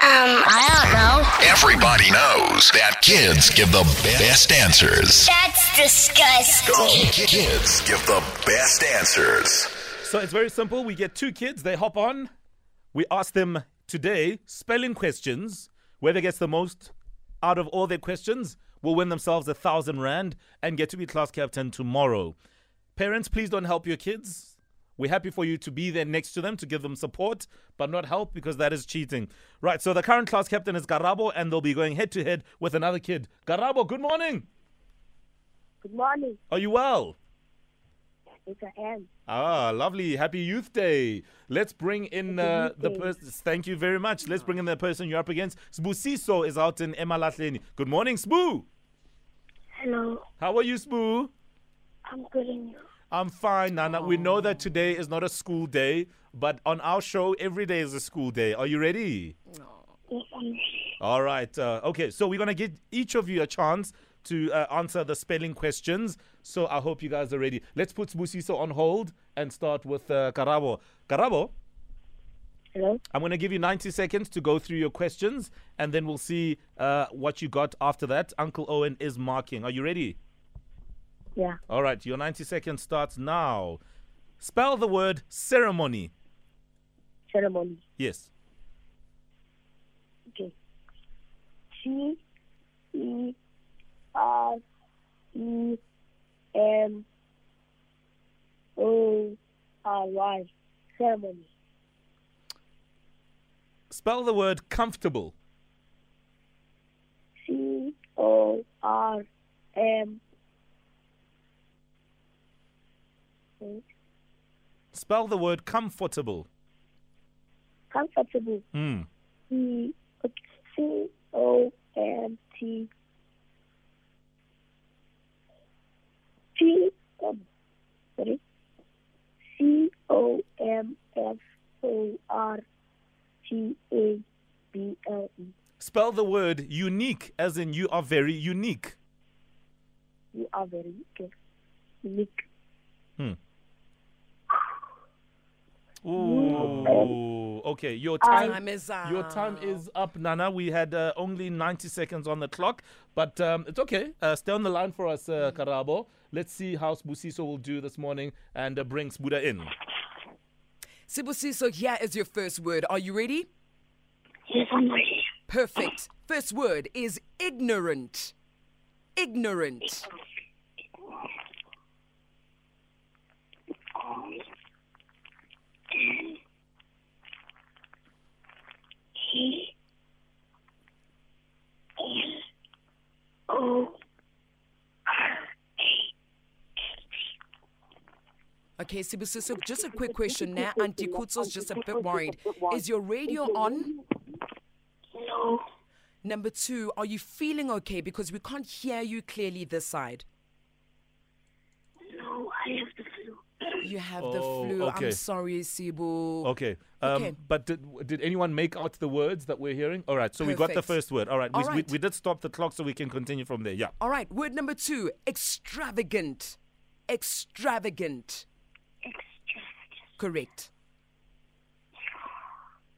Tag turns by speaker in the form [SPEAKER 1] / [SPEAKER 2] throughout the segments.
[SPEAKER 1] Um,
[SPEAKER 2] shows that kids give the best answers.
[SPEAKER 1] That's disgusting.
[SPEAKER 2] Kids give the best answers.
[SPEAKER 3] So it's very simple. We get two kids, they hop on. We ask them today spelling questions. Whoever gets the most out of all their questions will win themselves a thousand rand and get to be class captain tomorrow. Parents, please don't help your kids. We're happy for you to be there next to them to give them support, but not help because that is cheating. Right, so the current class captain is Garabo, and they'll be going head to head with another kid. Garabo, good morning.
[SPEAKER 4] Good morning.
[SPEAKER 3] Are you well?
[SPEAKER 4] Yes, I am.
[SPEAKER 3] Ah, lovely. Happy Youth Day. Let's bring in uh, the person. Thank you very much. Let's bring in the person you're up against. Sbusiso is out in Emalatleni. Good morning, Sbu.
[SPEAKER 4] Hello.
[SPEAKER 3] How are you, Sbu?
[SPEAKER 4] I'm good and you.
[SPEAKER 3] I'm fine, Nana. We know that today is not a school day, but on our show, every day is a school day. Are you ready?
[SPEAKER 4] Yes, I'm-
[SPEAKER 3] All right. Uh, okay. So we're gonna give each of you a chance to uh, answer the spelling questions. So I hope you guys are ready. Let's put Sbusiso on hold and start with uh, Karabo. Karabo.
[SPEAKER 4] Hello.
[SPEAKER 3] I'm going to give you 90 seconds to go through your questions, and then we'll see uh, what you got after that. Uncle Owen is marking. Are you ready?
[SPEAKER 4] Yeah.
[SPEAKER 3] All right, your 90 seconds starts now. Spell the word ceremony.
[SPEAKER 4] Ceremony.
[SPEAKER 3] Yes.
[SPEAKER 4] Okay. T E R E M O R Y. Ceremony.
[SPEAKER 3] Spell the word comfortable.
[SPEAKER 4] C O R M. Wait.
[SPEAKER 3] Spell the word comfortable.
[SPEAKER 4] Comfortable.
[SPEAKER 3] Hmm.
[SPEAKER 4] C C O M T T um, sorry C O M F O R T A B L E.
[SPEAKER 3] Spell the word unique, as in you are very unique.
[SPEAKER 4] You are very good. Unique.
[SPEAKER 3] Ooh. Okay, your time.
[SPEAKER 5] Time is um, up.
[SPEAKER 3] Your time is up, Nana. We had uh, only 90 seconds on the clock, but um, it's okay. Uh, stay on the line for us, uh,
[SPEAKER 5] Mm.
[SPEAKER 3] Karabo. Let's see how Sbusiso will do this morning and uh, bring Sbuda in.
[SPEAKER 5] Sibusiso, here is your first word. Are you ready?
[SPEAKER 4] Yes, I'm ready.
[SPEAKER 5] Perfect. First word is ignorant. Ignorant. Okay, Sibusiso, just a quick question now. Auntie Kutso's just a bit worried. Is your radio on?
[SPEAKER 4] No.
[SPEAKER 5] Number two, are you feeling okay? Because we can't hear you clearly this side.
[SPEAKER 4] No, I have the flu.
[SPEAKER 5] You have the
[SPEAKER 3] Oh,
[SPEAKER 5] flu.
[SPEAKER 3] okay.
[SPEAKER 5] I'm sorry, Sibu.
[SPEAKER 3] Okay. Um,
[SPEAKER 5] Okay.
[SPEAKER 3] But did, did anyone make out the words that we're hearing? All right, so we got the
[SPEAKER 5] Perfect.
[SPEAKER 3] first word. All right, we,
[SPEAKER 5] All
[SPEAKER 3] We,
[SPEAKER 5] right.
[SPEAKER 3] we did stop the clock so we can continue from there. Yeah.
[SPEAKER 5] All right, word number two extravagant. Extravagant. Correct.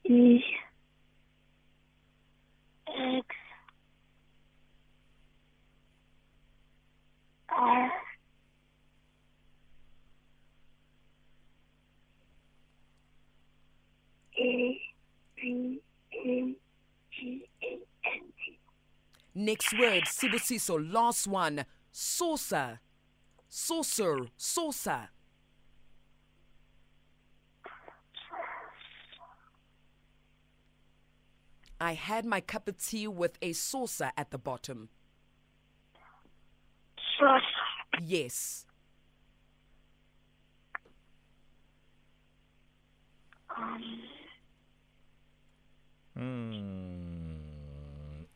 [SPEAKER 4] E X R A B M G A N T
[SPEAKER 5] Next word, Sibusiso. Last one, saucer. Saucer. Saucer. I had my cup of tea with a saucer at the bottom.
[SPEAKER 4] sauce
[SPEAKER 5] Yes.
[SPEAKER 3] Hmm.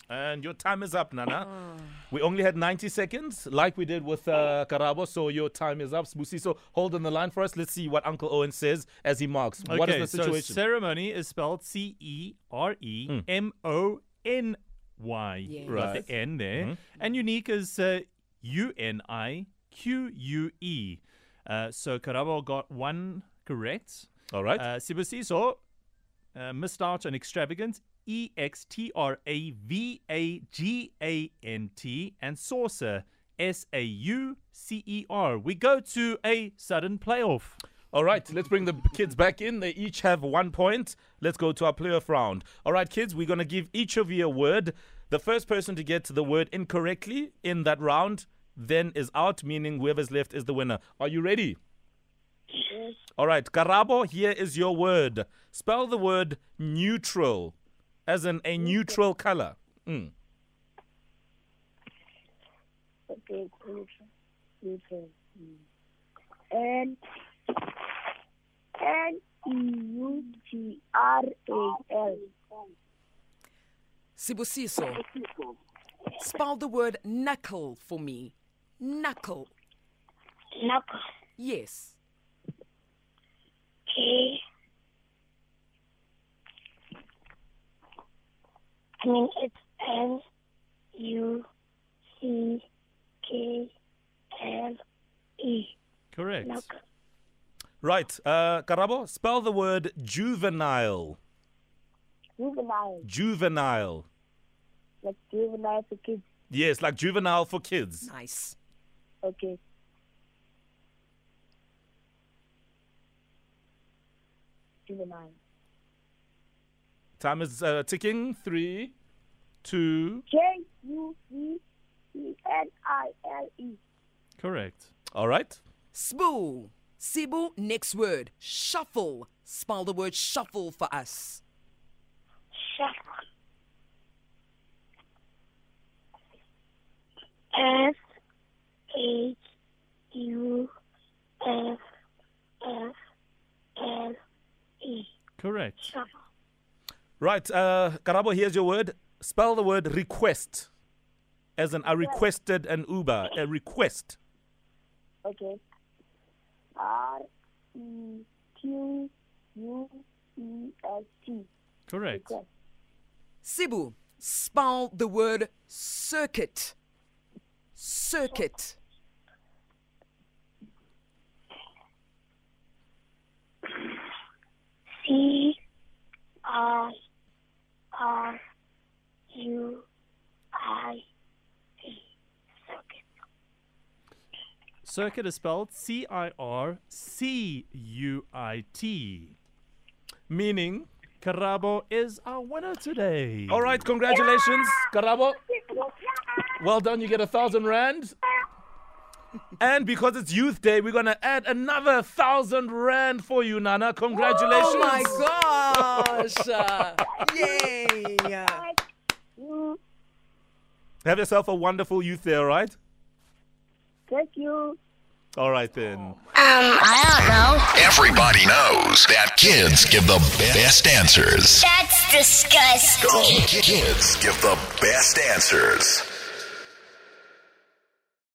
[SPEAKER 3] And your time is up, Nana. We only had 90 seconds, like we did with uh, Karabo, so your time is up. Sbusiso, hold on the line for us. Let's see what Uncle Owen says as he marks. what is the
[SPEAKER 6] So
[SPEAKER 3] situation?
[SPEAKER 6] ceremony is spelled C E R E M O N Y.
[SPEAKER 5] Yes.
[SPEAKER 6] Got the N there.
[SPEAKER 3] Mm-hmm.
[SPEAKER 6] And unique is uh, U N I Q U E. Uh, so Karabo got one correct.
[SPEAKER 3] All right.
[SPEAKER 6] Uh, Sibusiso uh, missed out on extravagant, E X T R A V A G A N T, and Saucer, S A U C E R. We go to a sudden playoff.
[SPEAKER 3] All right, let's bring the kids back in. They each have one point. Let's go to our playoff round. All right, kids, we're going to give each of you a word. The first person to get the word incorrectly in that round then is out, meaning whoever's left is the winner. Are you ready? All right, Karabo, here is your word. Spell the word neutral, as in a neutral color. Mm.
[SPEAKER 4] Okay, cool. Okay. And N U T R A L.
[SPEAKER 5] Sibusiso, spell the word knuckle for me. Knuckle.
[SPEAKER 4] Knock.
[SPEAKER 5] Yes.
[SPEAKER 4] K. I mean it's N U C K L E.
[SPEAKER 6] Correct.
[SPEAKER 4] Knock.
[SPEAKER 3] Right, uh, Karabo, spell the word juvenile.
[SPEAKER 4] Juvenile.
[SPEAKER 3] Juvenile.
[SPEAKER 4] Like juvenile for kids.
[SPEAKER 3] Yes, like juvenile for kids.
[SPEAKER 5] Nice.
[SPEAKER 4] Okay. Juvenile.
[SPEAKER 3] Time is uh, ticking. Three, two.
[SPEAKER 4] J U V E N I L E.
[SPEAKER 6] Correct.
[SPEAKER 3] All right.
[SPEAKER 5] Spoo. Sibu, next word. Shuffle. Spell the word shuffle for us.
[SPEAKER 4] Shuffle. S H U F F L E.
[SPEAKER 6] Correct.
[SPEAKER 4] Shuffle.
[SPEAKER 3] Right, uh, Karabo, here's your word. Spell the word request. As in, I requested an Uber. A request.
[SPEAKER 4] Okay. R E Q U E S T.
[SPEAKER 6] Correct.
[SPEAKER 5] Sibu, spell the word circuit. Circuit.
[SPEAKER 4] C I R U I E. T. Circuit.
[SPEAKER 6] Circuit is spelled C I R C U I T.
[SPEAKER 3] Meaning.
[SPEAKER 6] Karabo is our winner today.
[SPEAKER 3] All right, congratulations, Karabo. Well done, you get a thousand rand. And because it's Youth Day, we're going to add another thousand rand for you, Nana. Congratulations.
[SPEAKER 5] Oh my gosh! Uh, Yay!
[SPEAKER 4] You-
[SPEAKER 3] Have yourself a wonderful Youth Day, all right?
[SPEAKER 4] Thank you.
[SPEAKER 3] All right, then.
[SPEAKER 2] Everybody knows that kids give the be- best answers.
[SPEAKER 1] That's disgusting.
[SPEAKER 2] Kids give the best answers.